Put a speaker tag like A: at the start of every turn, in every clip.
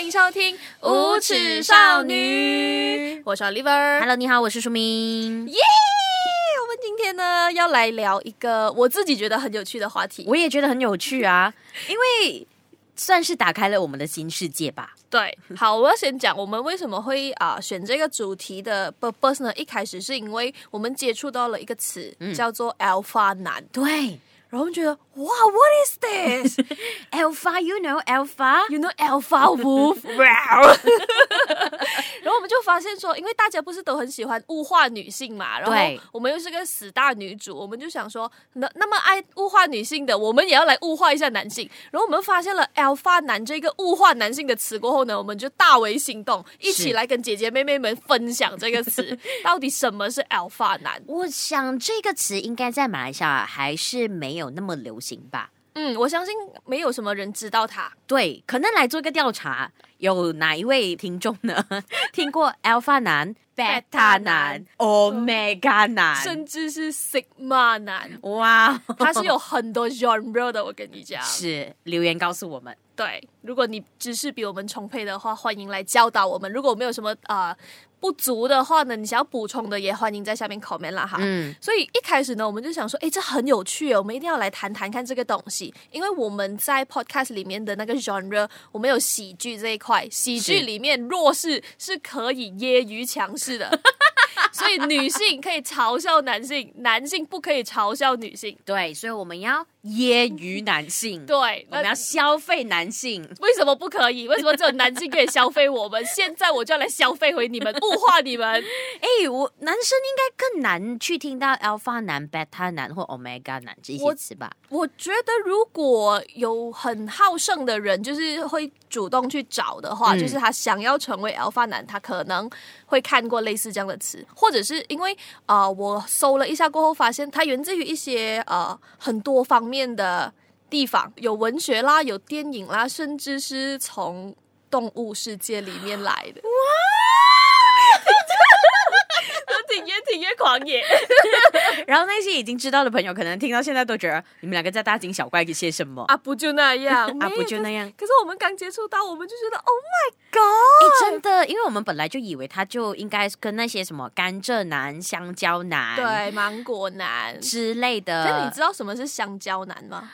A: 迎收听《无耻少女》，我是 Oliver。
B: Hello，你好，我是舒明。
A: 耶我们今天呢要来聊一个我自己觉得很有趣的话题。
B: 我也觉得很有趣啊，因为算是打开了我们的新世界吧。
A: 对，好，我要先讲我们为什么会啊、选这个主题的 purpose 呢？一开始是因为我们接触到了一个词、
B: 嗯
A: 叫做 alpha 男，
B: 对
A: 然后我们觉得哇，what is this？
B: ，Alpha，you know Alpha，
A: You know Alpha Wolf，然后我们就发现说，因为大家不是都很喜欢物化女性嘛，然
B: 对
A: 后我们又是个死大女主，我们就想说，那那么爱物化女性的，我们也要来物化一下男性。然后我们发现了 Alpha 男这个物化男性的词过后呢，我们就大为心动，一起来跟姐姐妹妹们分享这个 词到底什么是 Alpha 男。
B: 我想这个词应该在马来西亚还是没有那么流行吧。
A: 嗯，我相信没有什么人知道他。
B: 对，可能来做一个调查，有哪一位听众呢？ 听过 Alpha 男、
A: Beta
B: Beta
A: 男
B: 男、Omega 男？
A: 甚至是 Sigma 男，
B: 哇，
A: 他是有很多 genre 的，我跟你讲。
B: 是留言告诉我们。
A: 对，如果你知识比我们充沛的话，欢迎来教导我们。如果没有什么呃不足的话呢，你想要补充的也欢迎在下面 comment 啦哈。
B: 嗯，
A: 所以一开始呢，我们就想说，诶，哎这很有趣哦，我们一定要来谈谈看这个东西，因为我们在 podcast 里面的那个 genre，我们有喜剧这一块，喜剧
B: 是
A: 里面弱势是可以揶揄强势的，所以女性可以嘲笑男性，男性不可以嘲笑女性。
B: 对，所以我们要揶揄男性，
A: 对，
B: 我
A: 那
B: 们要消费男性。
A: 为什么不可以？为什么只有男性可以消费我们？现在我就要来消费回你们，物化你们。
B: 哎、我男生应该更难去听到 alpha 男、beta 男或 omega 男这
A: 我
B: 些词吧？
A: 我觉得如果有很好胜的人，就是会主动去找的话，
B: 嗯
A: 就是他想要成为 alpha 男，他可能会看过类似这样的词，或者是因为呃，我搜了一下过后，发现它源自于一些呃很多方面的地方，有文学啦，有电影啦，甚至是从动物世界里面来的。 都挺越挺越狂野，
B: 然后那些已经知道的朋友，可能听到现在都觉得你们两个在大惊小怪些什么？
A: 啊，不就那样，
B: 啊，
A: 没
B: 不
A: 有
B: 就那样？
A: 可是我们刚接触到，我们就觉得 Oh my
B: 哎、真的，因为我们本来就以为他就应该跟那些什么甘蔗男、香蕉男
A: 对，芒果男。
B: 之类
A: 那
B: 的
A: 你。知道什么是香蕉男吗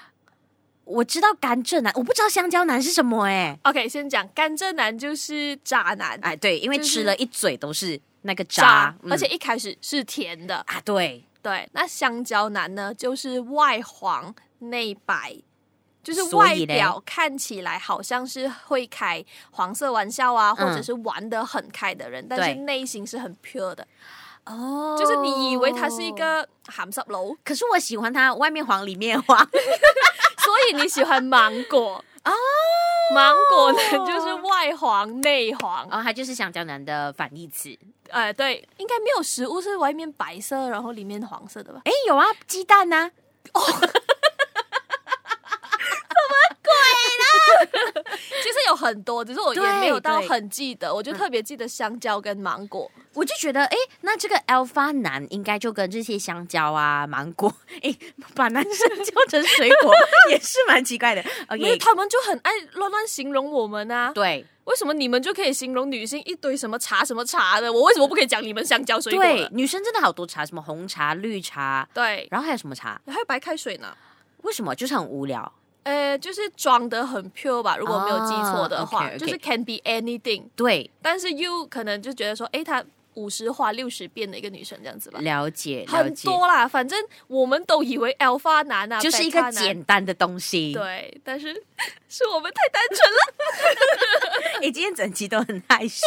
B: 我知道甘蔗男，我不知道香蕉男是什么哎、
A: ？OK，先讲甘蔗男就是渣男，
B: 哎，对，因为
A: 就是
B: 吃了一嘴都是那个渣，嗯
A: 而且一开始是甜的。
B: 啊，对，
A: 对，那香蕉男呢，就是外黄内白。就是
B: 所
A: 外
B: 以嘞
A: 表看起来好像是会开黄色玩笑啊，或者
B: 嗯
A: 是玩得很开的人，但是
B: 对
A: 内心是很 pure 的。
B: 哦
A: 就是你以为他是一个咸湿佬，
B: 可是我喜欢它外面黄里面黄，
A: 所以你喜欢芒果
B: 哦
A: 芒果呢，就是外黄内黄，
B: 然后它就是香蕉男的反义词。
A: 哎、对，应该没有食物是外面白色，然后里面黄色的吧？
B: 哎，有啊，鸡蛋呐、
A: 其实有很多，只是我也
B: 对
A: 没有到
B: 对
A: 很记得，我就特别记得香蕉跟芒果。
B: 我就觉得，哎，那这个 alpha 男应该就跟这些香蕉啊、芒果，哎，把男生叫成水 果也是蛮奇怪的。
A: 因为
B: OK，
A: 他们就很爱乱乱形容我们啊！
B: 对
A: 为什么你们就可以形容女性一堆什么茶什么茶的？我为什么不可以讲你们香蕉水果
B: 对
A: 呢，？
B: 女生真的好多茶，什么红茶、绿茶，
A: 对，
B: 然后还有什么茶？
A: 还有白开水呢。
B: 为什么就是很无聊？
A: 呃，就是装得很 pure 吧，如果没有记错的话
B: 哦，OK，OK
A: 就是 can be anything。
B: 对，
A: 但是又可能就觉得说，诶，她五十花六十变的一个女生这样子吧，
B: 嗯了解了
A: 很
B: 解，
A: 多啦。反正我们都以为 alpha 男啊，
B: 就是一
A: beta
B: 个
A: 男
B: 简单的东西。
A: 对，但是 是我们太单纯了。
B: 哎、今天整期都很害 羞。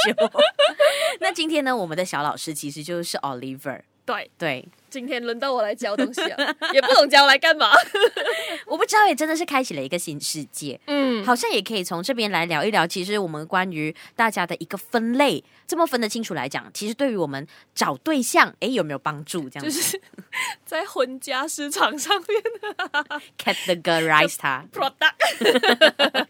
B: 那今天呢，我们的小老师其实就是 Oliver。
A: 对，
B: 对，
A: 今天轮到我来教东西了， 也不懂教来干嘛。
B: 我不知道，也真的是开启了一个新世界。
A: 嗯，
B: 好像也可以从这边来聊一聊，其实我们关于大家的一个分类，这么分得清楚来讲，其实对于我们找对象，哎，有没有帮助？这样
A: 就
B: 子，
A: 是 在婚家市场上面
B: categorize 它，
A: product，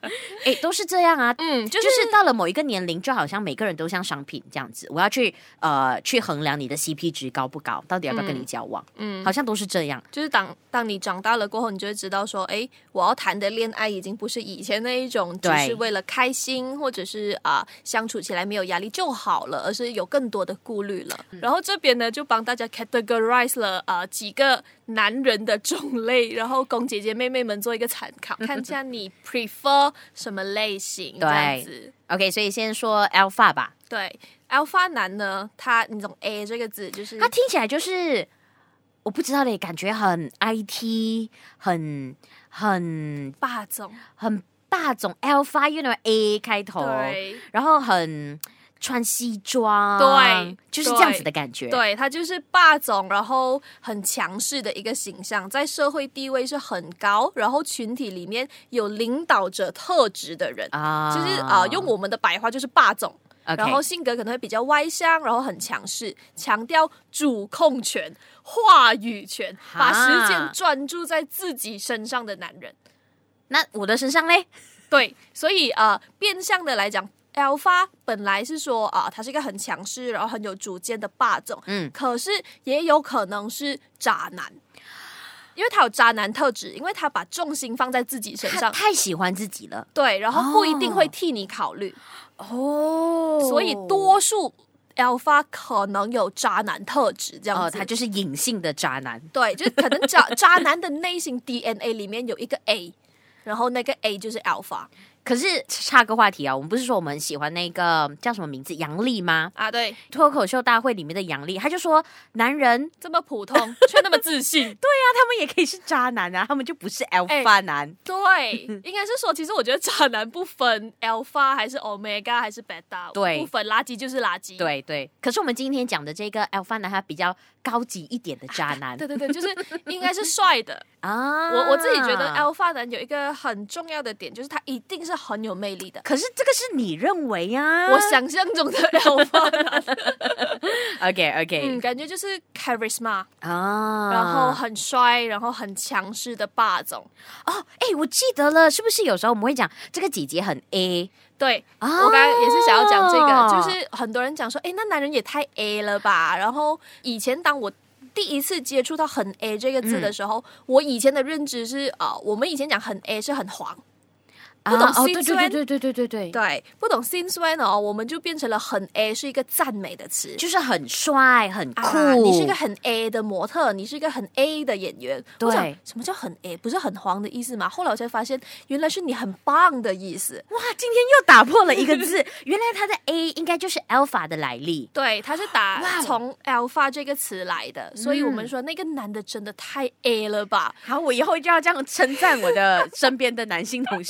B: 哎，都是这样啊。
A: 嗯，就
B: 就是是到了某一个年龄，就好像每个人都像商品这样子，我要去呃去衡量你的 CP 值高不高，到底要不要跟你交往，嗯，好像都是这样。
A: 就是当当你长大了过后，你就会知道说，哎，我要谈的恋爱已经不是以前那一种，只
B: 对
A: 是为了开心或者是啊、相处起来没有压力就好了，而是有更多的顾虑了。然后这边呢就帮大家 categorize 了啊、几个男人的种类，然后供姐姐妹妹们做一个参考，看一下你 prefer 什么类型，这样子。
B: OK，所以先说 Alpha 吧，
A: 对，alpha 男呢，他你懂 A 这个字就是
B: 它听起来就是我不知道嘞，感觉很 IT，很很
A: 霸总，
B: 很霸总 Alpha，you know A 开头，
A: 对。
B: 然后很穿西装，
A: 对，
B: 就是这样子的感觉，
A: 对他就是霸总，然后很强势的一个形象，在社会地位是很高，然后群体里面有领导者特质的人，
B: 啊，
A: 就是啊、呃用我们的白话就是霸总。
B: OK
A: 然后性格可能会比较外向，然后很强势，强调主控权、话语权，把时间
B: 哈
A: 专注在自己身上的男人。
B: 那我的身上嘞，
A: 对，所以呃，变相的来讲，Alpha 本来是说啊、他是一个很强势，然后很有主见的霸总，
B: 嗯
A: 可是也有可能是渣男，因为他有渣男特质，因为他把重心放在自己身
B: 他
A: 上，
B: 太喜欢自己了
A: 对，然后不一定会替你考虑，
B: 哦
A: 所以多数 Alpha 可能有渣男特质，这样
B: 哦，
A: 子。
B: 他就是隐性的渣男。
A: 对，就可能渣渣男的内心 DNA 里面有一个 A，然后那个 A 就是 Alpha
B: 可是插个话题啊，我们不是说我们喜欢那个叫什么名字杨笠吗？
A: 啊，对，
B: 脱口秀大会里面的杨笠，他就说男人
A: 这么普通却那么自信，
B: 那他们也可以是渣男啊，他们就不是 alpha
A: 哎
B: 男。
A: 对，应该是说，其实我觉得渣男不分 alpha 还是 omega 还是 beta，
B: 对
A: 不分垃圾就是垃圾。
B: 对对，可是我们今天讲的这个 alpha 男，他比较高级一点的渣男
A: 对对对，就是应该是 帅的。
B: 啊。
A: 我我自己觉得 alpha 男有一个很重要的点，就是他一定是很有魅力的。
B: 可是这个是你认为啊呀、
A: 我想象中 的 alpha 男，
B: OK OK
A: 嗯，、感觉就是 charisma，
B: 啊，
A: 然后很帅，然后很强势的霸总。
B: 哦，哎、我记得了，是不是有时候我们会讲这个姐姐很 A
A: 对，
B: 啊
A: 我刚才也是想要讲这
B: 哦
A: 个，就是很多人讲说，哎，那男人也太 A 了吧。然后以前当我第一次接触到“很 A” 这个字
B: 嗯
A: 的时候，我以前的认知是，呃，我们以前讲“很 A” 是很黄，不懂
B: 啊哦，
A: 心
B: 对
A: 酸
B: 对对对对对对对，
A: 对，不懂 since when 哦，我们就变成了“很 A” 是一个赞美的词。
B: 就是很帅很酷、
A: 啊，你是一个很 A 的模特，你是一个很 A 的演员。
B: 对
A: 我想什么叫很 A？不是很黄的意思吗？后来我才发现，原来是你很棒的意思。
B: 哇，今天又打破了一个字， 原来他的 A 应该就是 alpha 的来历。
A: 对，他是打
B: 哇哦
A: 从 alpha 这个词来的，所以我们说那个男的真的太 A 了吧？
B: 好，我以后就要这样称赞我的身边的男性同 事。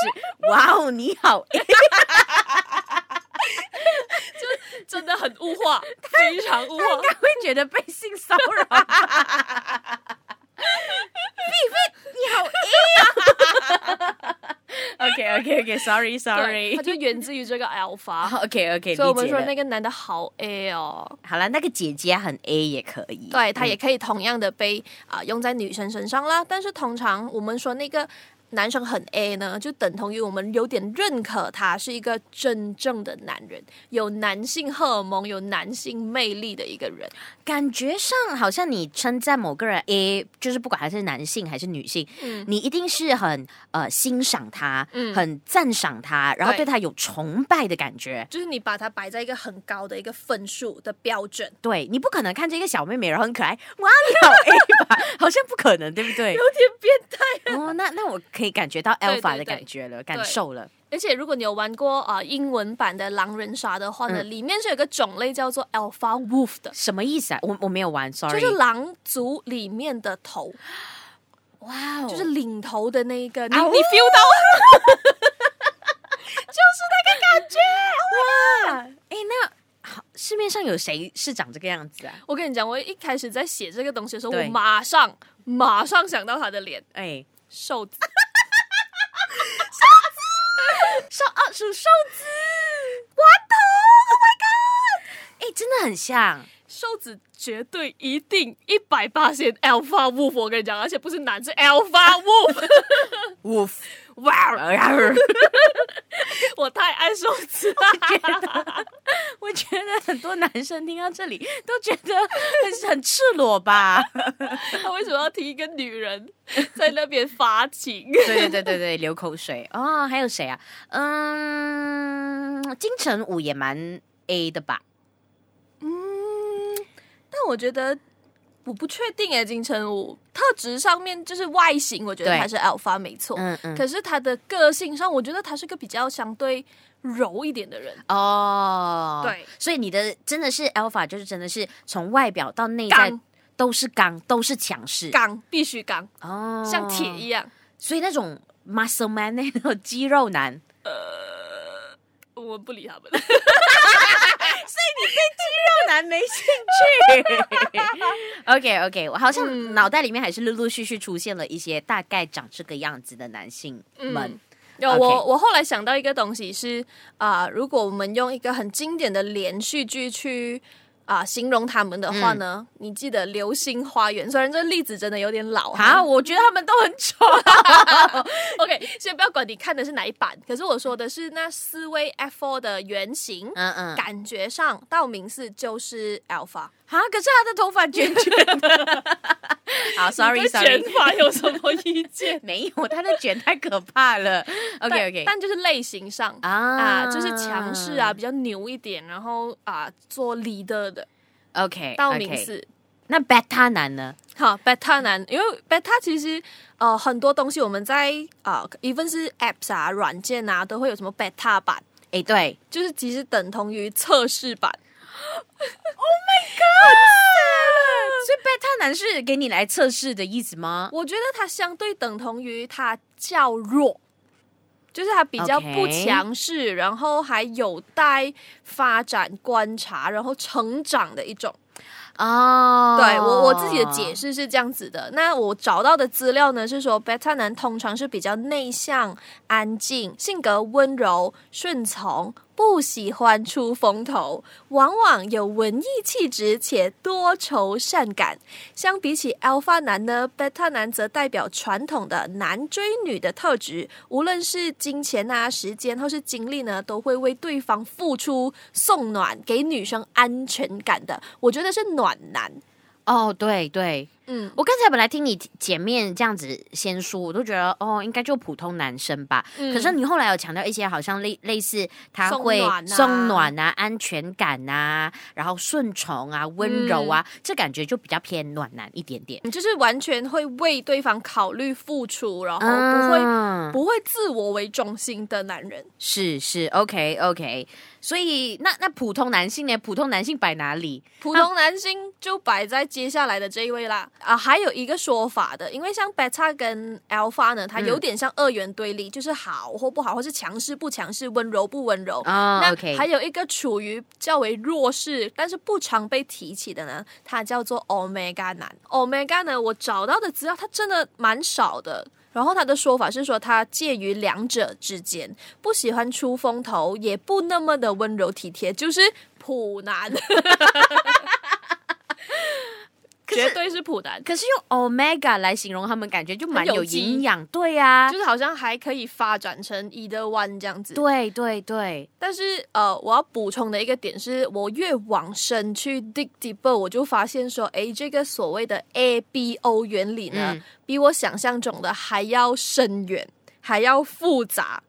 B: 哇哦，你 好 A，
A: 真的很物 化，非常物化。
B: 会觉得被性骚扰。你 好 A 啊！OK OK OK，Sorry
A: 对，
B: Sorry
A: 他。就源自于这个 alpha，
B: OK OK，
A: 所以我们说
B: 那
A: 那个男的好 A 哦。
B: 好了，那个姐姐很 A 也可以。
A: 对，他也可以同样的被啊、用在女生身上啦。但是通常我们说那个男生很 A 呢，就等同于我们有点认可他是一个真正的男人，有男性荷尔蒙、有男性魅力的一个人。
B: 感觉上好像你称赞某个人 A，就是不管他是男性还是女性，
A: 嗯
B: 你一定是很呃欣赏他，很赞赏他，然后对
A: 对
B: 他有崇拜的感觉。
A: 就是你把它摆在一个很高的一个分数的标准，
B: 对你不可能看着一个小妹妹，然后很可爱，哇，你好 A 吧？ 好像不可能，对不 对？
A: 有点变态。
B: 哦，那那我可以感觉到
A: 对
B: alpha
A: 对
B: 的
A: 对
B: 感觉了，感受了。
A: 而且如果你有玩过啊、呃英文版的狼人杀的话呢，里面是有一个种类叫做 Alpha Wolf 的，
B: 什么意思啊？我我没有玩
A: 就
B: ，sorry。
A: 是狼族里面的头，
B: 哇哦，
A: 就是领头的那一个。你
B: 啊呜
A: 你 feel 到吗？
B: 哇，哎，那好，市面上有谁是长这个样子啊？
A: 我跟你讲，我一开始在写这个东西的时候，我
B: 对
A: 马上马上想到他的脸，
B: 哎，
A: 瘦子。
B: 瘦啊，属瘦子，顽童，Oh my god！哎、真的很像，
A: 瘦子绝对一定一百八线 alpha wolf，我跟你讲，而且不是男，是 alpha wolf。
B: 我哦
A: 哇，我太爱瘦子了。
B: 我觉得很多男生听到这里都觉得很很赤裸吧？
A: 他为什么要提一个女人在那边发情？
B: 对对对对对，流口水哦。还有谁啊？嗯，金城武也蛮 A 的吧？
A: 但我觉得我不确定诶，金城武特质上面就是外形，我觉得
B: 对
A: 还是 alpha 没错。
B: 嗯嗯。
A: 可是他的个性上，我觉得他是个比较相对柔一点的人。
B: 哦，
A: 对，
B: 所以你的真的是 alpha，就是真的是从外表到内在
A: 刚
B: 都是刚，都是强势
A: 刚必须刚，
B: 哦，
A: 像铁一样。
B: 所以那种 muscle man 那种肌肉男，
A: 哦呃我不理他们，
B: 肉男没兴 趣。OK OK，我好像
A: 嗯
B: 脑袋里面还是陆陆续续出现了一些大概长这个样子的男性们。
A: 嗯有
B: OK
A: 我，我后来想到一个东西是啊、如果我们用一个很经典的连续剧去啊、形容他们的话
B: 嗯
A: 呢，你记得《流星花园》，虽然这例子真的有点老
B: 啊，我觉得他们都很丑。
A: ，OK，先不要管你看的是哪一版，可是我说的是那四位 F four 的原型，
B: 嗯嗯，
A: 感觉上道明寺就是 Alpha，
B: 啊，可是他的头发卷卷的。 好，sorry
A: 你对
B: sorry，？
A: 卷发有什么意见
B: 没有，他的卷太可怕了。OK
A: 但
B: OK，
A: 但就是类型上
B: 啊
A: 啊，就是强势啊，。比较牛一点，然后啊做 leader 的
B: 哎 OK，
A: 道明
B: o k
A: 寺。
B: 那 beta 男呢？
A: 好，beta 男，因为 beta 其实呃很多东西我们在啊、呃、，even 是 apps 啊、软件啊，都会有什么 beta 版，
B: 哎，对，
A: 就是其实等同于测试版。
B: 所以 beta 男是给你来测试的意思吗？
A: 我觉得它相对等同于它较弱，就是它比较
B: OK
A: 不强势然后还有待发展、观察，然后成长的一种。
B: 哦，
A: 对我我自己的解释是这样子的。那我找到的资料呢是说，beta 男通常是比较内向、安静，性格温柔、顺从，不喜欢出风头，往往有文艺气质且多愁善感。相比起 alpha 男呢，beta 男则代表传统的男追女的特质，无论是金钱啊、时间或是精力呢，都会为对方付出、送暖，给女生安全感的。我觉得是暖男。
B: 哦，对对，
A: 嗯，
B: 我刚才本来听你姐面这样子先说，我都觉得哦，应该就普通男生吧。可是你后来有强调一些好像类类似他会
A: 嗯送暖啊
B: 送暖啊、安全感啊，然后顺从啊、温柔啊，
A: 嗯
B: 这感觉就比较偏暖男一点点。
A: 你就是完全会为对方考虑、付出，然后哦不会、
B: 嗯，
A: 不会自我为中心的男人。
B: 是是，OK OK，所以那那普通男性呢？普通男性摆哪里？
A: 普通男性就摆在接下来的这一位啦。啊，还有一个说法的，因为像 beta 跟 alpha 呢，它有点像二元对立，就是好或不好，或是强势不强势，温柔不温柔。
B: 啊、
A: 那
B: o k
A: 还有一个处于较为弱势，但是不常被提起的呢，它叫做 omega 男。omega 呢，我找到的资料它真的蛮少的。然后他的说法是说，他介于两者之间，不喜欢出风头，也不那么的温柔体贴，就是普男， 绝对是普 男，
B: 可是用 omega 来形容他们，感觉就蛮
A: 很有
B: 有
A: 机
B: 营养。对呀、
A: 就是好像还可以发展成 either one 这样子。
B: 对对对，
A: 但是呃，我要补充的一个点是，我越往深去 dig deeper，我就发现说，诶，这个所谓的 A B O 原理呢，
B: 嗯
A: 比我想象中的还要深远，还要复杂，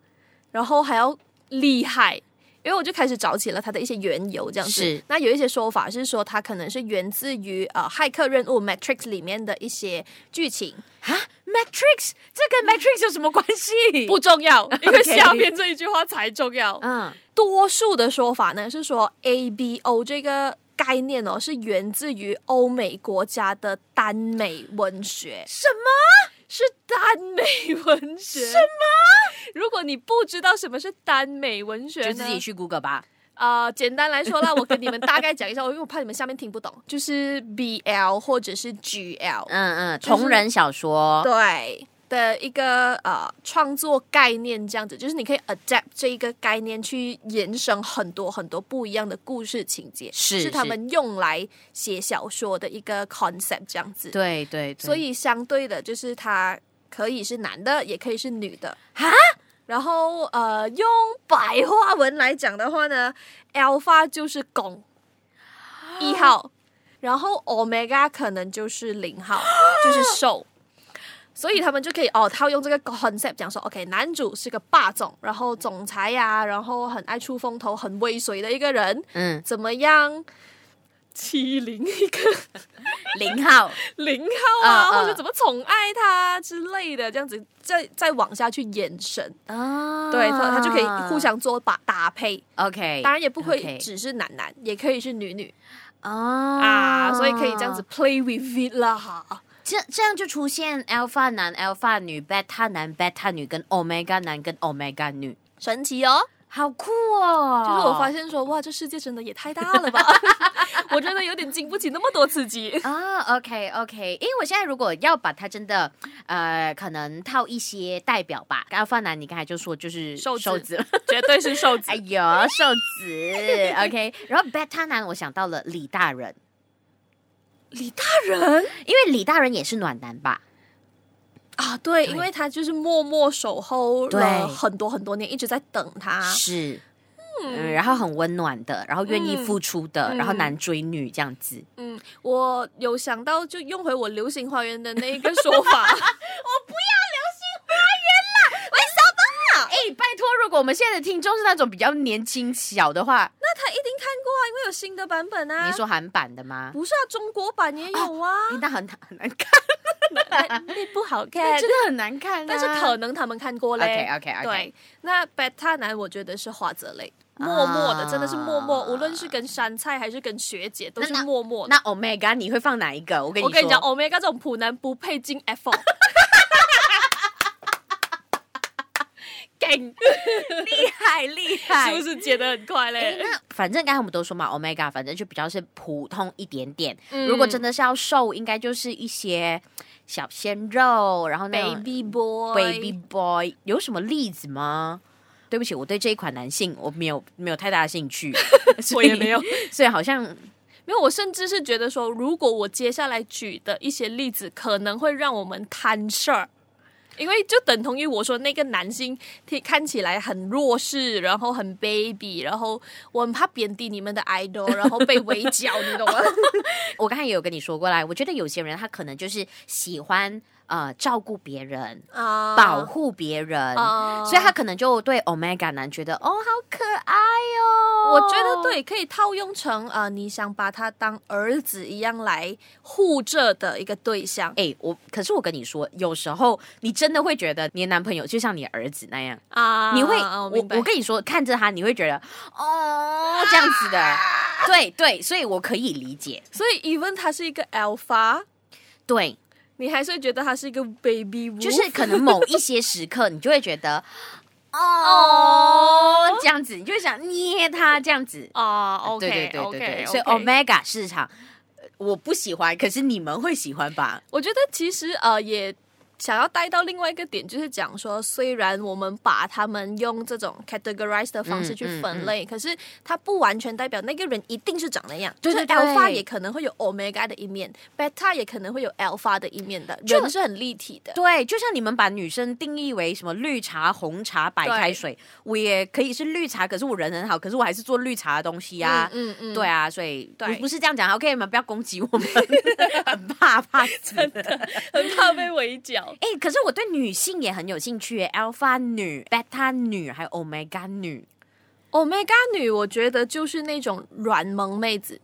A: 然后还要厉害。因为我就开始找起了它的一些缘由，这样子
B: 是。
A: 那有一些说法是说，它可能是源自于呃骇客任务 Matrix 里面的一些剧情，
B: 啊，Matrix 这跟 Matrix 有什么关系？
A: 嗯不，重要，因 为
B: OK
A: 下面这一句话才重要。
B: 嗯，
A: 多数的说法呢是说 A B O 这个概念哦，是源自于欧美国家的耽美文学。
B: 什么？
A: 是耽美文学？什么？如果你不知道什么是耽美文学
B: 就
A: 呢，
B: 自己去 Google 吧。
A: 呃，简单来说啦，我跟你们大概讲一下，因 为我怕你们下面听不懂，就是 B L 或者是 G L。
B: 嗯嗯，
A: 就是
B: 同人小说。
A: 对，的一个呃创作概念，这样子，就是你可以 adapt 这一个概念去延伸很多很多不一样的故事情节，
B: 是
A: 是他们用来写小说的一个 concept 这样子。
B: 对对对，
A: 所以相对的，就是它可以是男的，也可以是女的
B: 哈。
A: 然后呃，用白话文来讲的话呢，alpha 就是公一号，然后 omega 可能就是零号， 就是兽。所以他们就可以哦，套用这个 concept 讲说，OK，男主是个霸总，然后总裁呀、然后很爱出风头、很威水的一个人，
B: 嗯，
A: 怎么样欺凌一个
B: 零号
A: 零号啊，
B: 嗯嗯
A: 或者怎么宠爱他之类的，这样子再再往下去延伸，
B: 啊
A: 对他他就可以互相做把搭配，
B: 哦 OK，
A: 当然也不会
B: OK
A: 只是男男，也可以是女女
B: 啊
A: 啊，所以可以这样子，play with it 啦哈。
B: 这这样就出现 alpha 男、alpha 女、beta 男、beta 女跟 omega 男跟 omega 女，
A: 神奇哦！
B: 好酷哦！
A: 就是我发现说，哇，这世界真的也太大了吧！我真的有点经不起那么多刺激。
B: 啊，OK，OK、o k OK，因为我现在如果要把它真的，呃，可能套一些代表吧。刚刚范楠，你刚才就说就是
A: 瘦子
B: 瘦子，
A: 绝对是瘦子
B: 哎呦，瘦子，OK。然后 beta 男，我想到了李大人，
A: 李大人
B: 因为李大人也是暖男吧？
A: 啊，对，
B: 对
A: 因为他就是默默守候
B: 对
A: 了很多很多年，一直在等他。
B: 是。嗯，然后很温暖的，然后愿意
A: 嗯
B: 付出的，
A: 嗯
B: 然后男追女这样子。
A: 嗯，我有想到，就用回我《流星花园》的那一个说 法，
B: 哎、拜托，如果我们现在的听众是那种比较年轻小的话，
A: 那他一定看过啊，因为有新的版本啊。
B: 你说韩版的吗？
A: 不是啊？中国版也 有啊，
B: 哎那很很难看，
A: 那那不好看
B: 真。的很难看、啊。
A: 但是可能他们看过嘞。
B: OK OK OK，
A: 对，那 beta 男我觉得是花泽类，
B: 啊
A: 默默的，真的是默默，无论是跟山菜还是跟学姐，都是
B: 那那
A: 默默的。
B: 那 Omega 你会放哪一个？我跟你
A: 我跟你讲
B: 说
A: ，Omega 这种普男不配进 F。梗
B: 厉害厉害
A: 是不是觉得很快
B: 诶
A: 嘞？
B: 那反正刚才我们都说嘛，Omega 反正就比较是普通一点点。
A: 嗯
B: 如果真的是要瘦，应该就是一些小鲜肉，然后那种
A: Baby boy，
B: baby boy 有什么例子吗？对不起，我对这一款男性我没有没有太大的兴 趣，所以
A: 我也没有，
B: 所以好像
A: 没有，我甚至是觉得说，如果我接下来举的一些例子，可能会让我们摊事儿，因为就等同于我说那个男星听看起来很弱势，然后很 baby，然后我很怕贬低你们的 idol，然后被围剿，你懂吗？
B: 我刚才也有跟你说过来，我觉得有些人他可能就是喜欢呃照顾别人，
A: 啊
B: 保护别人。
A: 啊
B: 所以他可能就对 Omega 男觉得哦，好可爱哦。
A: 我觉得，对，可以套用成啊、呃你想把他当儿子一样来护着的一个对象
B: 哎、我可是我跟你说，有时候你真的会觉得你的男朋友就像你儿子那样，
A: 啊
B: 你会，
A: 啊
B: 我
A: 明白
B: 我跟你说，看着他你会觉得哦这样子
A: 啊
B: 的，对对，所以我可以理解，
A: 所以 even 他是一个 alpha，
B: 对，
A: 你还是会觉得他是一个 baby，wolf
B: 就是可能某一些时刻你就会觉得
A: 哦
B: 哦这样子，你就会想捏他这样子，
A: 啊，OK，
B: 对对对对
A: OK，
B: 对
A: OK
B: 所以 Omega 市场呃我不喜欢，可是你们会喜欢吧？
A: 我觉得其实呃也。想要带到另外一个点，就是讲说，虽然我们把他们用这种 categorize 的方式去分类，可是它不完全代表那个人一定是长那样。
B: 对
A: 就是
B: 对对
A: alpha 也可能会有 omega 的一面，beta 也可能会有 alpha 的一面的，
B: 就
A: 人是很立体的。
B: 对，就像你们把女生定义为什么绿茶、红茶、白开水，我也可以是绿茶，可是我人很好，可是我还是做绿茶的东西啊。
A: 嗯嗯，
B: 对啊，所以
A: 对
B: 不不是这样讲，OK，你们不要攻击 我们，很怕怕死。
A: 很怕被围剿。
B: 哎、可是我对女性也很有兴趣耶，alpha 女、beta 女，还有 omega 女
A: omega 女，我觉得就是那种软萌妹子，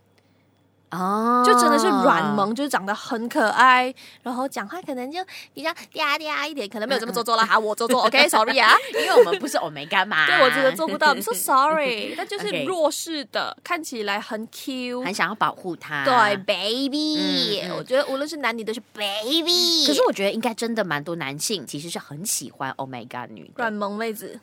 B: 哦
A: 就真的是软，
B: 啊
A: 萌，就是长得很可爱，然后讲话可能就比较嗲嗲一点，可能没有这么做作啦哈，我 做作，OK，sorry 啊，
B: 因为我们不是 omega 嘛，
A: 对我真的做不到，I'm so sorry，但就是
B: OK
A: 弱势的，看起来很 Q，
B: 很想要保护她。
A: 对，baby，
B: 嗯嗯
A: 我觉得无论是男女都是 baby，
B: 可是我觉得应该真的蛮多男性其实是很喜欢 omega 女的，
A: 软萌妹子，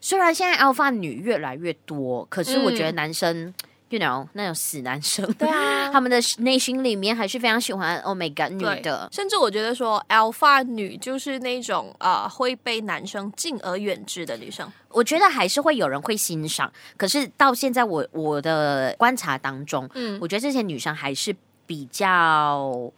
B: 虽然现在 alpha 女越来越多，可是我觉得男生 you know 那种死男生，
A: 嗯对啊
B: 他们的内心里面还是非常喜欢 Oh my God 女
A: 对
B: 的，
A: 甚至我觉得说 alpha 女就是那种啊、呃会被男生敬而远之的女生。
B: 我觉得还是会有人会欣赏，可是到现在我我的观察当中，
A: 嗯
B: 我觉得这些女生还是比较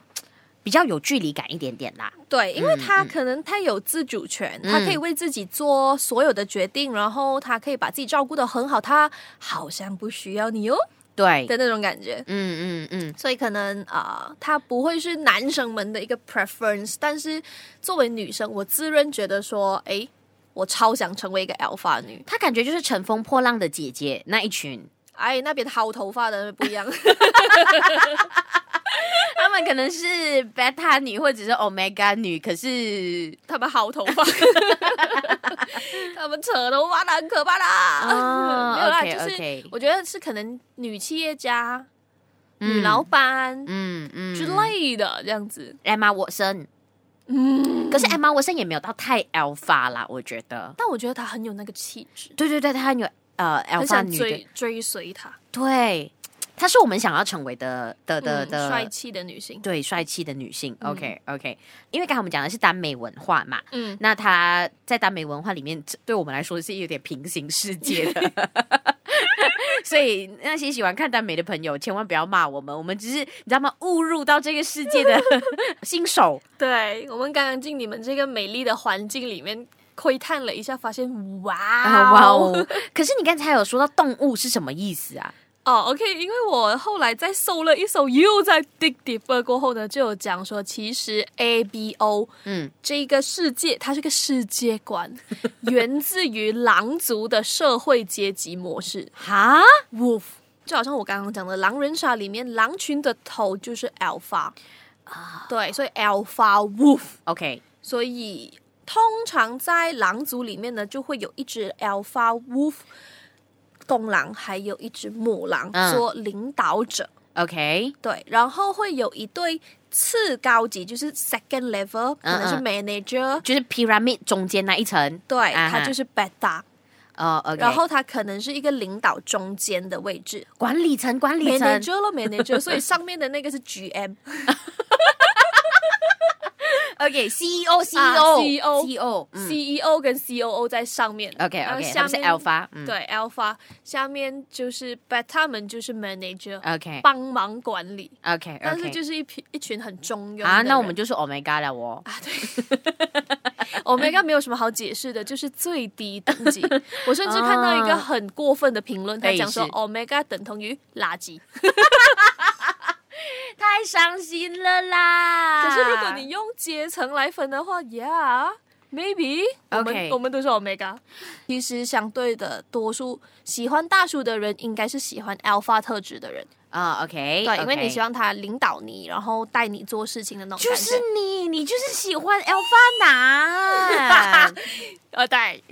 B: 比较有距离感一点点啦。
A: 对，因为她可能太有自主权，她可以为自己做所有的决定，然后她可以把自己照顾的很好，她好像不需要你哦
B: 对，
A: 的那种感觉。
B: 嗯嗯嗯，
A: 所以可能啊、呃她不会是男生们的一个 preference，但是作为女生，我自认觉得说，诶，我超想成为一个 alpha 女。
B: 她感觉就是乘风破浪的姐姐那一群，
A: 哎，那边薅头发的不一样。
B: 她们可能是 beta 女或者是 omega 女，可是
A: 他们薅头发， 他们扯头发的很可怕啦。
B: 哦
A: 没有啦
B: OK，
A: 就
B: OK
A: 是我觉得是可能女企业家、
B: 嗯
A: 女老板
B: 嗯嗯
A: 之类的这样子。
B: Emma Watson，嗯，可是 Emma Watson 也没有到太 alpha 啦，我觉得。
A: 但我觉得她很有那个气质，
B: 对对对，她很有呃
A: 很
B: alpha
A: 想
B: 女的，
A: 追追随她，
B: 对，她是我们想要成为的的的
A: 嗯
B: 的、
A: 帅气的女性。
B: 对帅气的女性。OK OK，因为刚才我们讲的是耽美文化嘛，
A: 嗯，
B: 那她在耽美文化里面，这对我们来说是有点平行世界的。 所以那些喜欢看耽美的朋友，千万不要骂我们，我们只是你知道吗？误入到这个世界的 新手，
A: 对，我们刚刚进你们这个美丽的环境里面窥探了一下，发现哇
B: 啊哇哦！可是你刚才有说到动物是什么意思啊？
A: 哦、o k 因为我后来在搜了一搜，又在 dig deeper 过后呢，就有讲说，其实 A B O
B: 嗯，
A: 这一个世界，它是个世界 观，源自于狼族的社会阶级模式
B: 哈，
A: wolf。就好像我刚刚讲的《狼人杀》里面，狼群的头就是 alpha 啊，对，所以 alpha wolf，
B: OK，
A: 所以通常在狼族里面呢，就会有一只 alpha wolf 公狼，还有一只母狼
B: 嗯
A: 做领导者。
B: OK，
A: 对，然后会有一对次高级，就是 second level，可能是
B: 嗯
A: manager，、
B: 就是 pyramid 中间那一层，
A: 对，
B: 啊哈
A: 他就是 beta，、
B: 哦，OK，
A: 然后他可能是一个领导中间的位置
B: 管理层，管理层，
A: ，manager 咯 manager，所以上面的那个是 GM，
B: OK，CEO，CEO，CEO，CEO，、
A: CEO
B: CEO 嗯
A: CEO E 跟 COO 在上面
B: OK
A: 然后
B: OK，他
A: 下
B: 们是
A: 面
B: Alpha，嗯，
A: 对 Alpha，下面就是 Beta 们就是 Manager，、
B: ，OK
A: 帮忙管理
B: OK OK，
A: 但是就是一批一群很中庸的
B: 啊，那我
A: 人
B: 们就是 Omega 了哦。
A: 啊，对 ，Omega 没有什么好解释的，就是最低等 级。我甚至看到一个很过分的评论，他讲说
B: 哎是
A: Omega 等同于垃圾。
B: 太伤心了啦！
A: 可是如果
B: 啊
A: 你用阶层来分的话，Yeah，maybe 我们
B: OK
A: 我们都是 Omega。其实相对的，多数喜欢大叔的人，应该是喜欢 Alpha 特质的人，
B: 啊，OK，
A: 对，因为你希
B: 欢。
A: 望他领导你，然后带你做事情的那种
B: 就
A: 感觉
B: 是。你，你就是喜欢 Alpha 男，
A: 二代，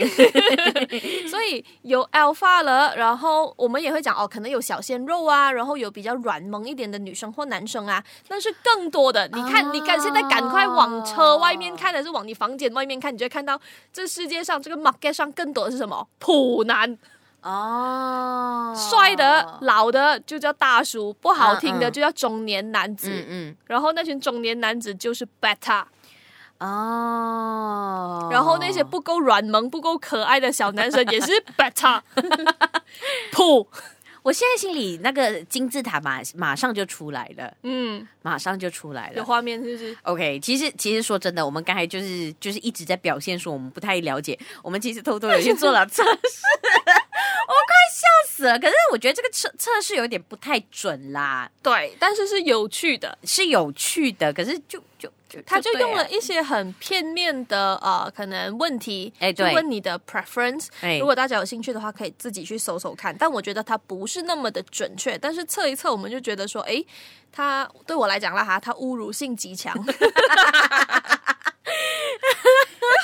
A: 所以有 alpha 了，然后我们也会讲哦，可能有小鲜肉啊，然后有比较软萌一点的女生或男生啊，但是更多的，你看，
B: 啊
A: 你看，现在赶快往车外面看，还是往你房间外面看，你就会看到这世界上这个 market 上更多的是什么？普男，
B: 哦，
A: 帅的、老的就叫大叔，不好听的
B: 嗯嗯
A: 就叫中年男子，
B: 嗯
A: 然后那群中年男子就是 beta。
B: 嗯，哦，
A: 然后那些不够软萌、不够可爱的小男生 也是 beta，噗，
B: 我现在心里那个金字塔马马上就出来了，
A: 嗯，
B: 马上就出来
A: 有
B: 了。
A: 画面是不是？
B: OK，其实其实说真的，我们刚才就是就是一直在表现说我们不太了解，我们其实偷偷有去做了测试， 我快笑死了。可是我觉得这个测测试有点不太准啦，
A: 对，但是是有趣的，
B: 是有趣的，可是就就就
A: 他就
B: 对
A: 用了一些很片面的呃可能问题，
B: 哎
A: 就
B: 对
A: 问你的 preference。
B: 哎
A: 如果大家有兴趣的话，可以自己去搜搜看。但我觉得它不是那么的准确，但是测一测，我们就觉得说，哎，它对我来讲啦哈，它侮辱性极强。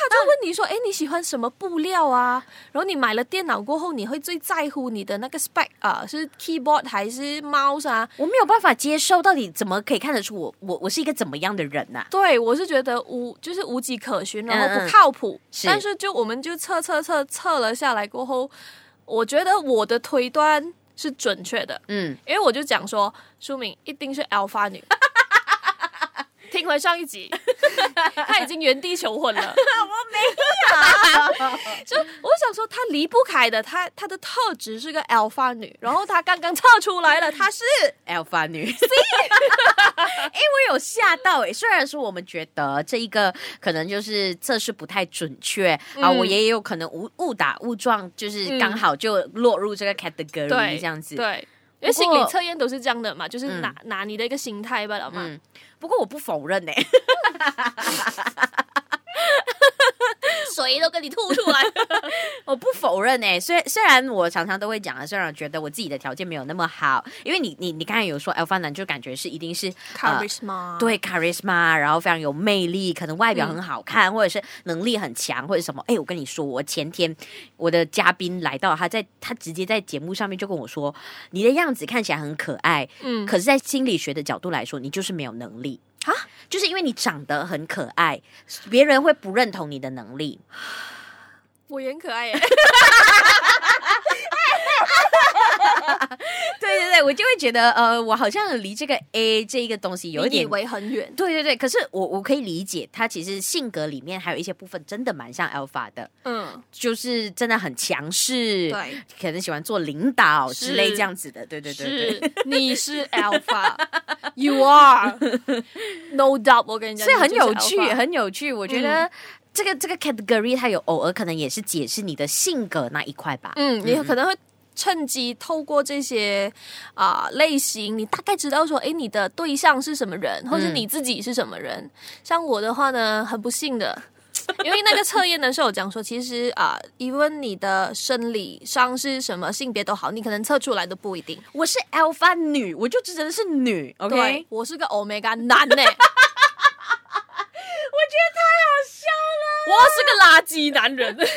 A: 他就问你说，哎，你喜欢什么布料啊？然后你买了电脑过后，你会最在乎你的那个 spec 啊、是 keyboard 还是 mouse 啊？
B: 我没有办法接受，到底怎么可以看得出我我我是一个怎么样的人呐、
A: 对，我是觉得无就是无迹可寻，然后
B: 嗯嗯
A: 不靠谱。
B: 是
A: 但是就我们就测测测测了下来过后，我觉得我的推断是准确的，
B: 嗯，
A: 因为我就讲说，舒敏一定是 alpha 女。 听回上一集， 她已经原地求婚 了。 就我想说，她离不开的，她她的特质是个 alpha 女，然后她刚刚测出来了，她是
B: alpha 女，哎、我有吓到哎、虽然说我们觉得这一个可能就是测试不太准确、啊，
A: 嗯
B: 我也有可能误误打误撞，就是
A: 嗯
B: 刚好就落入这个 category
A: 对
B: 这样子。
A: 对，因为
B: 不
A: 心
B: 过
A: 理测验都是这样的嘛，就是拿、拿你的一个心态罢了嘛。
B: 嗯，不过我不否认哎、
A: 水都跟你吐出 来。
B: 我不否认哎、虽虽然我常常都会讲啊，虽然我觉得我自己的条件没有那么好，因为你你你刚才有说 alpha 男就感觉是一定是
A: Charisma，、
B: 啊对 charisma，然后非常有魅力，可能外表很好看，或者是能力很强，或者什么。哎，我跟你说，我前天我的嘉宾来到，他在他直接在节目上面就跟我说，你的样子看起来很可爱，
A: 嗯
B: 可是，在心理学的角度来说，你就是没有能力
A: 啊，
B: 就是因为你长得很可爱，别人会不认同你的能力。
A: 我也很可爱耶。
B: 对对对，我就会觉得，呃，我好像离这个 A 这一个东 西有一
A: 你以
B: 点
A: 为很远，
B: 对对对，可是我我可以理解，他其实性格里面还有一些部分真的蛮像 alpha 的，
A: 嗯，
B: 就是真的很强势，
A: 对，
B: 可能喜欢做领导
A: 是
B: 之类这样子的，对对对对。
A: 是 你是 Alpha，You are，No doubt，我跟你讲，
B: 所以很
A: 你就是
B: 有趣，
A: alpha 嗯
B: 很有趣。我觉得这个、这个 category 它有偶尔可能也是解释你的性格那一块吧。
A: 嗯，你可能会。趁机透过这些啊、类型，你大概知道说，诶，你的对象是什么人，或者
B: 嗯
A: 你自己是什么人。像我的话呢，很不幸的， 因为那个测验呢是有讲说，其实啊，因、为你的生理上是什么性别都好，你可能测出来都不一定。
B: 我是 alpha 女，我就只能是女，OK？
A: 对，我是个 omega 欸男呢、 我是个垃圾男人，
B: 所以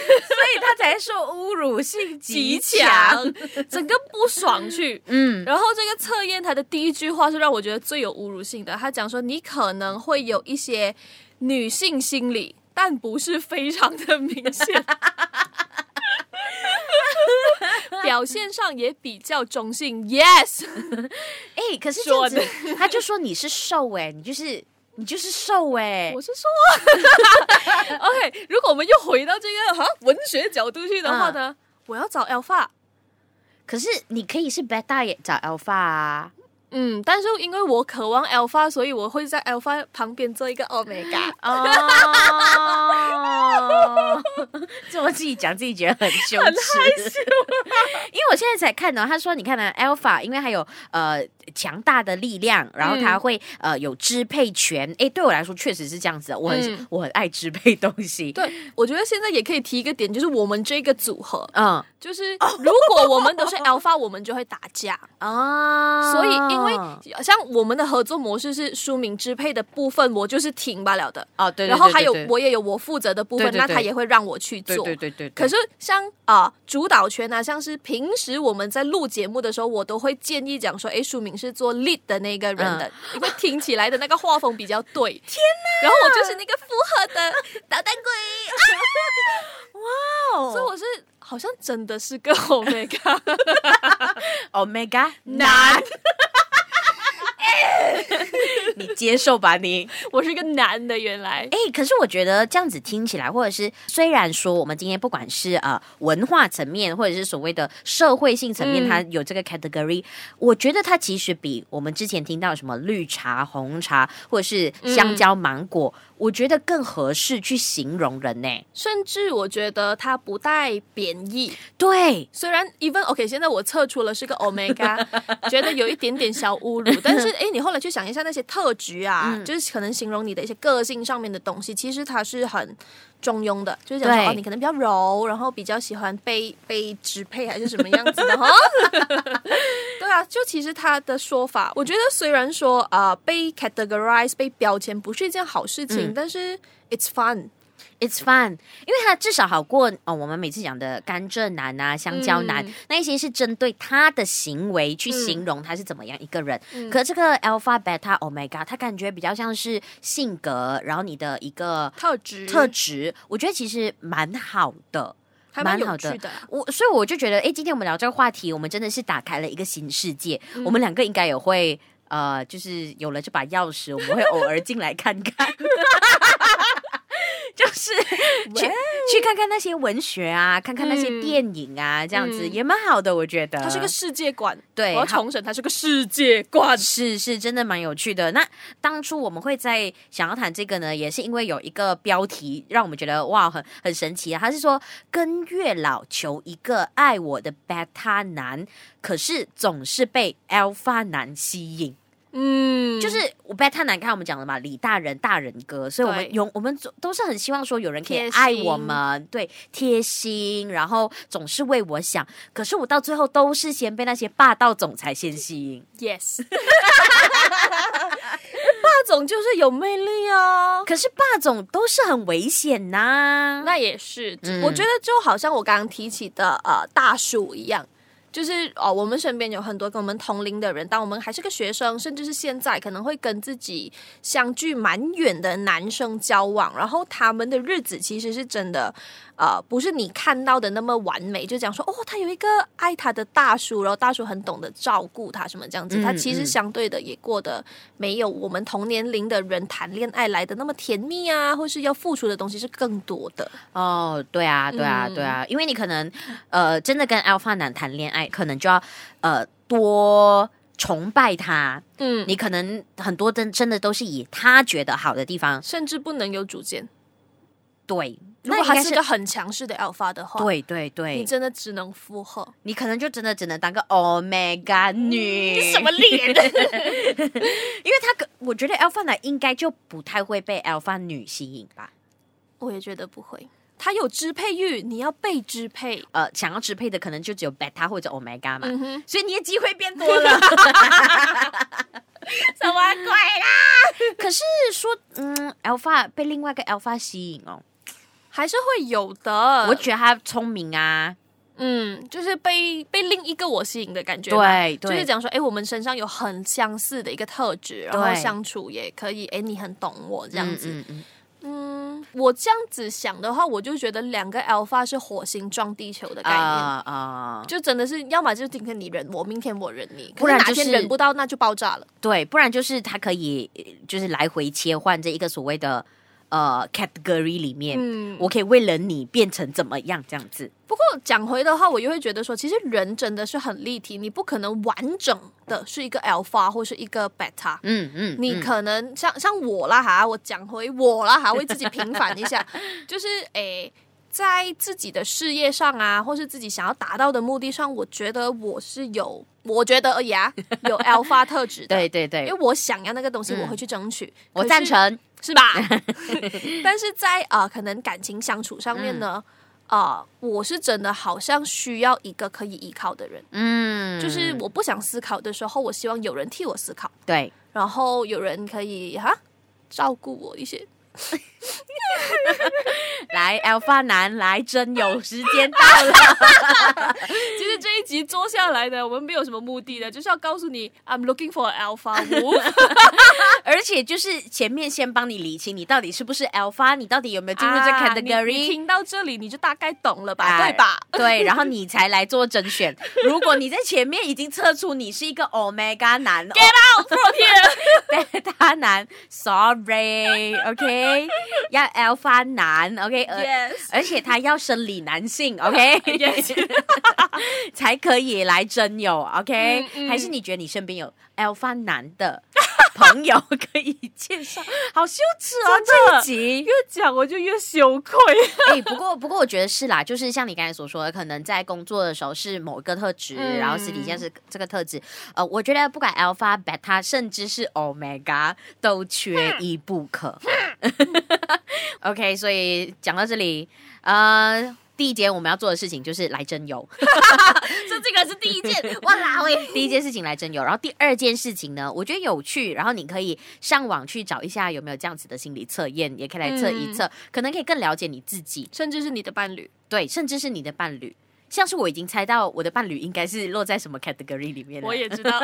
B: 他才说侮辱性极
A: 极
B: 强。
A: 强，整个不爽去。
B: 嗯，
A: 然后这个测验它的第一句话是让我觉得最有侮辱性的，他讲说你可能会有一些女性心理，但不是非常的明显。表现上也比较中性，yes，
B: 哎、可是这样子
A: 说，
B: 他就说你是瘦哎、你就是你就是瘦哎、
A: 我是说，OK，如果我们又回到这个哈文学角度去的话呢，我要找 alpha，
B: 可是你可以是 beta 也找 alpha 啊。
A: 嗯，但是因为我渴望 alpha，所以我会在 alpha 旁边做一个 omega。
B: 哦， 这我自己讲自己觉得很羞耻， 因为我现在才看到他说，你看呢、啊、，alpha，因为还有呃强大的力量，然后他会、呃有支配权，诶，对我来说确实是这样子啊的，我很、
A: 嗯
B: 我很爱支配东西，
A: 对，我觉得现在也可以提一个点，就是我们这个组合，
B: 嗯
A: 就是如果我们都是 alpha，我们就会打架。
B: 啊
A: 所以，因为像我们的合作模式是书名支配的部分，我就是停罢了的。
B: 哦对对对
A: 然后还有
B: 对对
A: 我也有我负责的部分，
B: 对对对
A: 那他也会让我去
B: 对
A: 做。
B: 对对对，
A: 可
B: 是
A: 是像啊、呃主导权啊，像是平时我们在录节目的时候，我都会建议讲说，诶，书明是做 lead 的那个人的，因为听起来的那个画风比较对。啊 天哪！然后我就是那个附和的捣蛋鬼，所以我是好像真的是个 omega
B: omega 哎
A: 男，
B: 你接受吧你。
A: 我是个男的原来。
B: 哎、可是我觉得这样子听起来，或者是虽然说我们今天不管是呃文化层面，或者是所谓的社会性层面，
A: 嗯
B: 它有这个 category，、我觉得它其实比我们之前听到什么绿茶、红茶，或者是香蕉、芒果，我觉得更合适去形容人呢、
A: 甚至我觉得它不带贬义，
B: 对，
A: 虽然 even OK，现在我测出了是个 omega，觉得有一点点小侮辱，但是诶，你后来去想一下那些特质啊，就是可能形容你的一些个性上面的东西，其实它是很中庸的，就是讲
B: 对
A: 说哦，你可能比较柔，然后比较喜欢被被支配还是什么样子的哈。对啊，就其实他的说法，我觉得虽然说啊、呃被 categorize 被标签不是一件好事情，但是 it's fun。
B: It's fun，因为它至少好过哦。我们每次讲的甘蔗男啊、香蕉男，
A: 嗯
B: 那一些是针对他的行为去形容他是怎么样一个人。
A: 嗯
B: 可这个 alpha、beta、omega，它感觉比较像是性格，然后你的一个
A: 特质
B: 特质，我觉得其实蛮好的。
A: 还
B: 蛮好
A: 有
B: 的
A: 趣的啦。
B: 我所以我就觉得，哎，今天我们聊这个话题，我们真的是打开了一个新世界。
A: 嗯
B: 我们两个应该也会，呃，就是有了这把钥匙，我们会偶尔进来看看， 就是去去看看那些文学啊，看看那些
A: 哦嗯
B: 电影啊，这样子、
A: 嗯
B: 也蛮好的，我觉得。
A: 它是个世界观，
B: 对
A: 我要
B: 哎好
A: 重申，它是个世界观。
B: 是是，真的蛮有趣的。那当初我们会在想要谈这个呢，也是因为有一个标题让我们觉得哇，很很神奇啊。他是说跟月老求一个爱我的 beta 男，可是总是被 alpha 男吸引。
A: 嗯，
B: 就是我 beta 男，刚才我们讲了嘛，李大人大人哥，所以我
A: 对
B: 们有我们总都是很希望说有人可以
A: 贴
B: 爱
A: 心
B: 我们，对，贴心，然后总是为我想。可是我到最后都是先被那些霸道总裁先吸引。
A: yes，霸总就是有魅力啊。
B: 可是霸总都是很危险呐、
A: 那也是，
B: 嗯
A: 我觉得就好像我刚刚提起的呃大叔一样，就是哦，我们身边有很多跟我们同龄的人，当我们还是个学生，甚至是现在可能会跟自己相距蛮远的男生交往，然后他们的日子其实是真的呃不是你看到的那么完美，就讲说哦，他有一个爱他的大叔，然后大叔很懂得照顾他什么这样子，
B: 嗯
A: 他其实
B: 嗯
A: 相对的也过得没有我们同年龄的人谈恋爱来的那么甜蜜啊，或是要付出的东西是更多的。
B: 哦，对啊，对啊，
A: 嗯
B: 对啊，因为你可能呃，真的跟 alpha 男谈恋爱，可能就要呃多崇拜他，
A: 嗯，
B: 你可能很多真真的都是以他觉得好的地方，
A: 甚至不能有主见。
B: 对，
A: 如果
B: 那应
A: 他
B: 该
A: 是个很强势的 alpha 的话，
B: 对对
A: 你
B: 对，
A: 真的只能附 和。
B: 你可能就真的只能当个 omega 女，
A: 什么脸？
B: 因为他可我觉得 alpha 男应该就不太会被 alpha 女吸引吧。
A: 我也觉得不会，他有支配欲，你要被支配。
B: 呃，想要支配的可能就只有 beta 或者 omega 嘛，
A: 嗯哼，
B: 所以你的机会变多 了。
A: 什么鬼啦？
B: 可是说，嗯，alpha 被另外一个 alpha 吸引哦，
A: 还是会有的。
B: 我觉得他聪明啊，
A: 嗯，就是被被另一个我吸引的感觉。。
B: 对
A: 就
B: 对，
A: 是讲说，哎，我们身上有很相似的一个特质，然后
B: 对
A: 相处也可以，哎，你很懂我这
B: 这
A: 样子。
B: 嗯嗯
A: 嗯，我这样子想的话，我就觉得两个 alpha 是火星撞地球的
B: 嗯
A: 概念。
B: 啊啊，
A: 就真的是，要么就是今天你忍我，明天我忍你，可
B: 不然
A: 哪
B: 就是
A: 天忍不到，那就爆炸了。
B: 对，不然就是他可以呃就是来回切换这一个所谓的呃 category 里面，
A: 嗯，
B: 我可以为了你变成怎么样这样子，
A: 不过讲回的话，我又会觉得说，其实人真的是很立体，你不可能完整的是一个 alpha 或是一个 beta。
B: 嗯嗯，
A: 你
B: 嗯
A: 可能像像我啦哈，我讲回我啦哈，为自己平反一 下，就是诶，在自己的事业上啊，或是自己想要达到的目的上，我觉得我是有，我觉得而已啊，有 alpha 特质的，
B: 对对
A: 因为
B: 对，
A: 我想要那个东西，
B: 嗯
A: 我会去争取。
B: 我
A: 可是
B: 赞成，
A: 是吧？但是在啊、呃可能感情相处上面呢，啊、我是真的好像需要一个可以依靠的人，
B: 嗯，
A: 就是我不想思考的时候，我希望有人替我思考，
B: 对，
A: 然后有人可以哈照顾我一些。
B: 来 alpha 男来真有时间到了，
A: 其实这一集做下来呢，我们没有什么目的的，就是要告诉你，I'm looking for an alpha 5
B: 而且就是前面先帮你理清，你到底是不是 alpha，你到底有没有进入这
A: 啊你
B: category，、
A: 你听到这里你就大概懂了吧，
B: 哎
A: 对 吧？
B: 对，然后你才来做甄选。如果你在前面已经测出你是一个 omega 男
A: Get out from here！
B: ，beta 男，sorry，OK，、要 alpha 男，OK，而、呃
A: Yes
B: 而且他要生理男 性，OK，、才可以来真友，OK，、
A: 嗯嗯
B: 还是你觉得你身边有 alpha 男的朋友可以介绍？好羞耻哦，这一集
A: 越讲我就越羞愧。
B: 哎、不过不过我觉得是啦，就是像你刚才所说的，可能在工作的时候是某一个特质，
A: 嗯
B: 然后私底下是这个特质。呃，我觉得不管 alpha、beta，甚至是 omega，都缺一不可。OK，所以讲到这里，呃。第一件我们要做的事情就是来真油，
A: 这这个是第 一件，哇啦喂！
B: 第一件事情来真油，然后第二件事情呢，我觉得有趣，然后你可以上网去找一下有没有这样子的心理测验，也可以来测一
A: 嗯
B: 测，可能可以更了解你自己。
A: 甚至是你的伴侣。
B: 对，甚至是你的伴侣。像是我已经猜到我的伴侣应该是落在什么 category 里面了，
A: 也知道，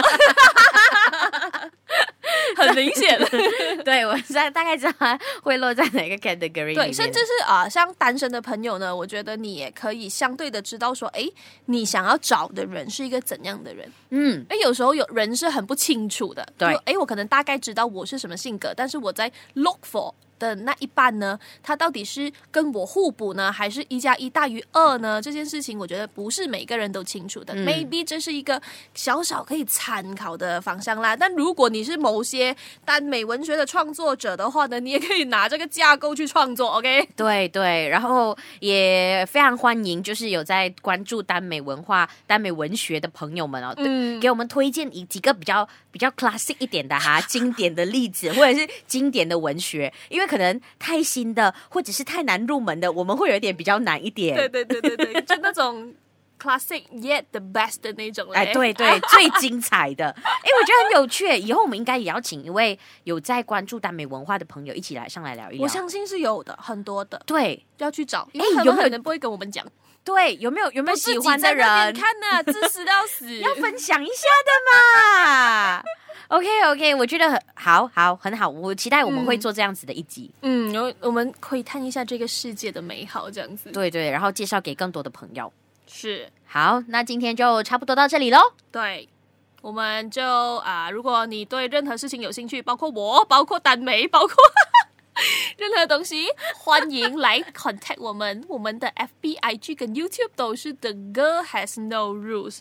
A: 很明 显。
B: 对我现在大概知道它会落在哪个 category 里
A: 对，
B: 面
A: 甚至
B: 了
A: 是啊、像单身的朋友呢，我觉得你也可以相对的知道说，诶，你想要找的人是一个怎样的人。
B: 嗯，
A: 因为有时候有人是很不清楚的，
B: 对
A: 就诶，我可能大概知道我是什么性格，但是我在 look for 的那一半呢，他到底是跟我互补呢，还是一加一大于二呢？这件事情我觉得不是每个人都清楚的、
B: 嗯
A: m a y b e 这是一个小小可以参考的方向啦。但如果你是某些耽美文学的创作者的话呢，你也可以拿这个架构去创作，OK？
B: 对对，然后也非常欢迎，就是有在关注耽美文化、耽美文学的朋友们哦，对
A: 嗯，
B: 给我们推荐一几个比较比较 classic 一点的哈，经典的例子或者是经典的文学，因为可能太新的或者是太难入门的，我们会有一点比较难一点。
A: 对对对对对，就那种 classic yet the best 的那种嘞。
B: 哎，对对，最精彩的，哎，我觉得很有趣。以后我们应该也要请一位有在关注耽美文化的朋友一起来上来聊一聊。
A: 我相信是有的，很多的
B: 对
A: 要去找，因
B: 哎
A: 为很
B: 有
A: 多
B: 没有
A: 可能不会跟我们讲，
B: 对，有没有有没有
A: 我自
B: 喜
A: 己
B: 欢
A: 在
B: 的
A: 那边
B: 人
A: 看呢、自私到死。
B: 要分享一下的嘛 ？OK OK，我觉得很好，好，很好，我期待我们会
A: 嗯
B: 做这样子的一集。
A: 嗯，我我们窥探一下这个世界的美好，这样子
B: 对对，然后介绍给更多的朋友。
A: 是
B: 好，那今天就差不多到这里喽。
A: 对。我们就啊、如果你对任何事情有兴趣，包括我，包括丹梅，包括 任何东西，欢迎来 contact 我们。我们的 FB、IG 跟 YouTube 都是 The Girl Has No Rules。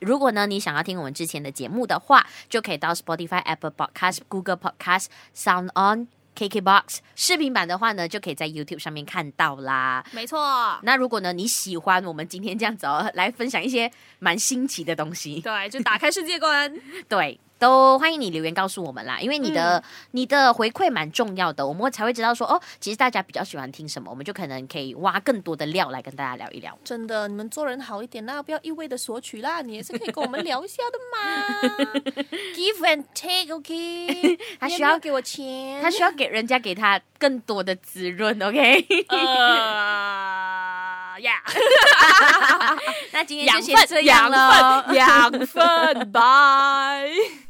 B: 如果呢你想要听我们之前的节目的话，就可以到 Spotify、Apple Podcast、Google Podcast、Sound On、KKBox。视频版的话呢，就可以在 YouTube 上面看到啦。
A: 没错，
B: 那如果呢你喜欢我们今天这样子哦，来分享一些蛮新奇的东西，
A: 对，就打开世界观。
B: 对，都欢迎你留言告诉我们啦，因为你的、你的回馈蛮重要的，我们才会知道说哦，其实大家比较喜欢听什么，我们就可能可以挖更多的料来跟大家聊一聊。
A: 真的，你们做人好一点啦，不要一味的索取啦，你也是可以跟我们聊一下的 嘛。Give and take，OK？、
B: 他
A: 你有
B: 需
A: 没有
B: 要
A: 给我钱，
B: 他需要给人家给他更多的滋润，OK？
A: 呃呀，
B: 那今天
A: 养
B: 就先这
A: 分，
B: 样
A: 养
B: 喽。
A: 分，养分，拜。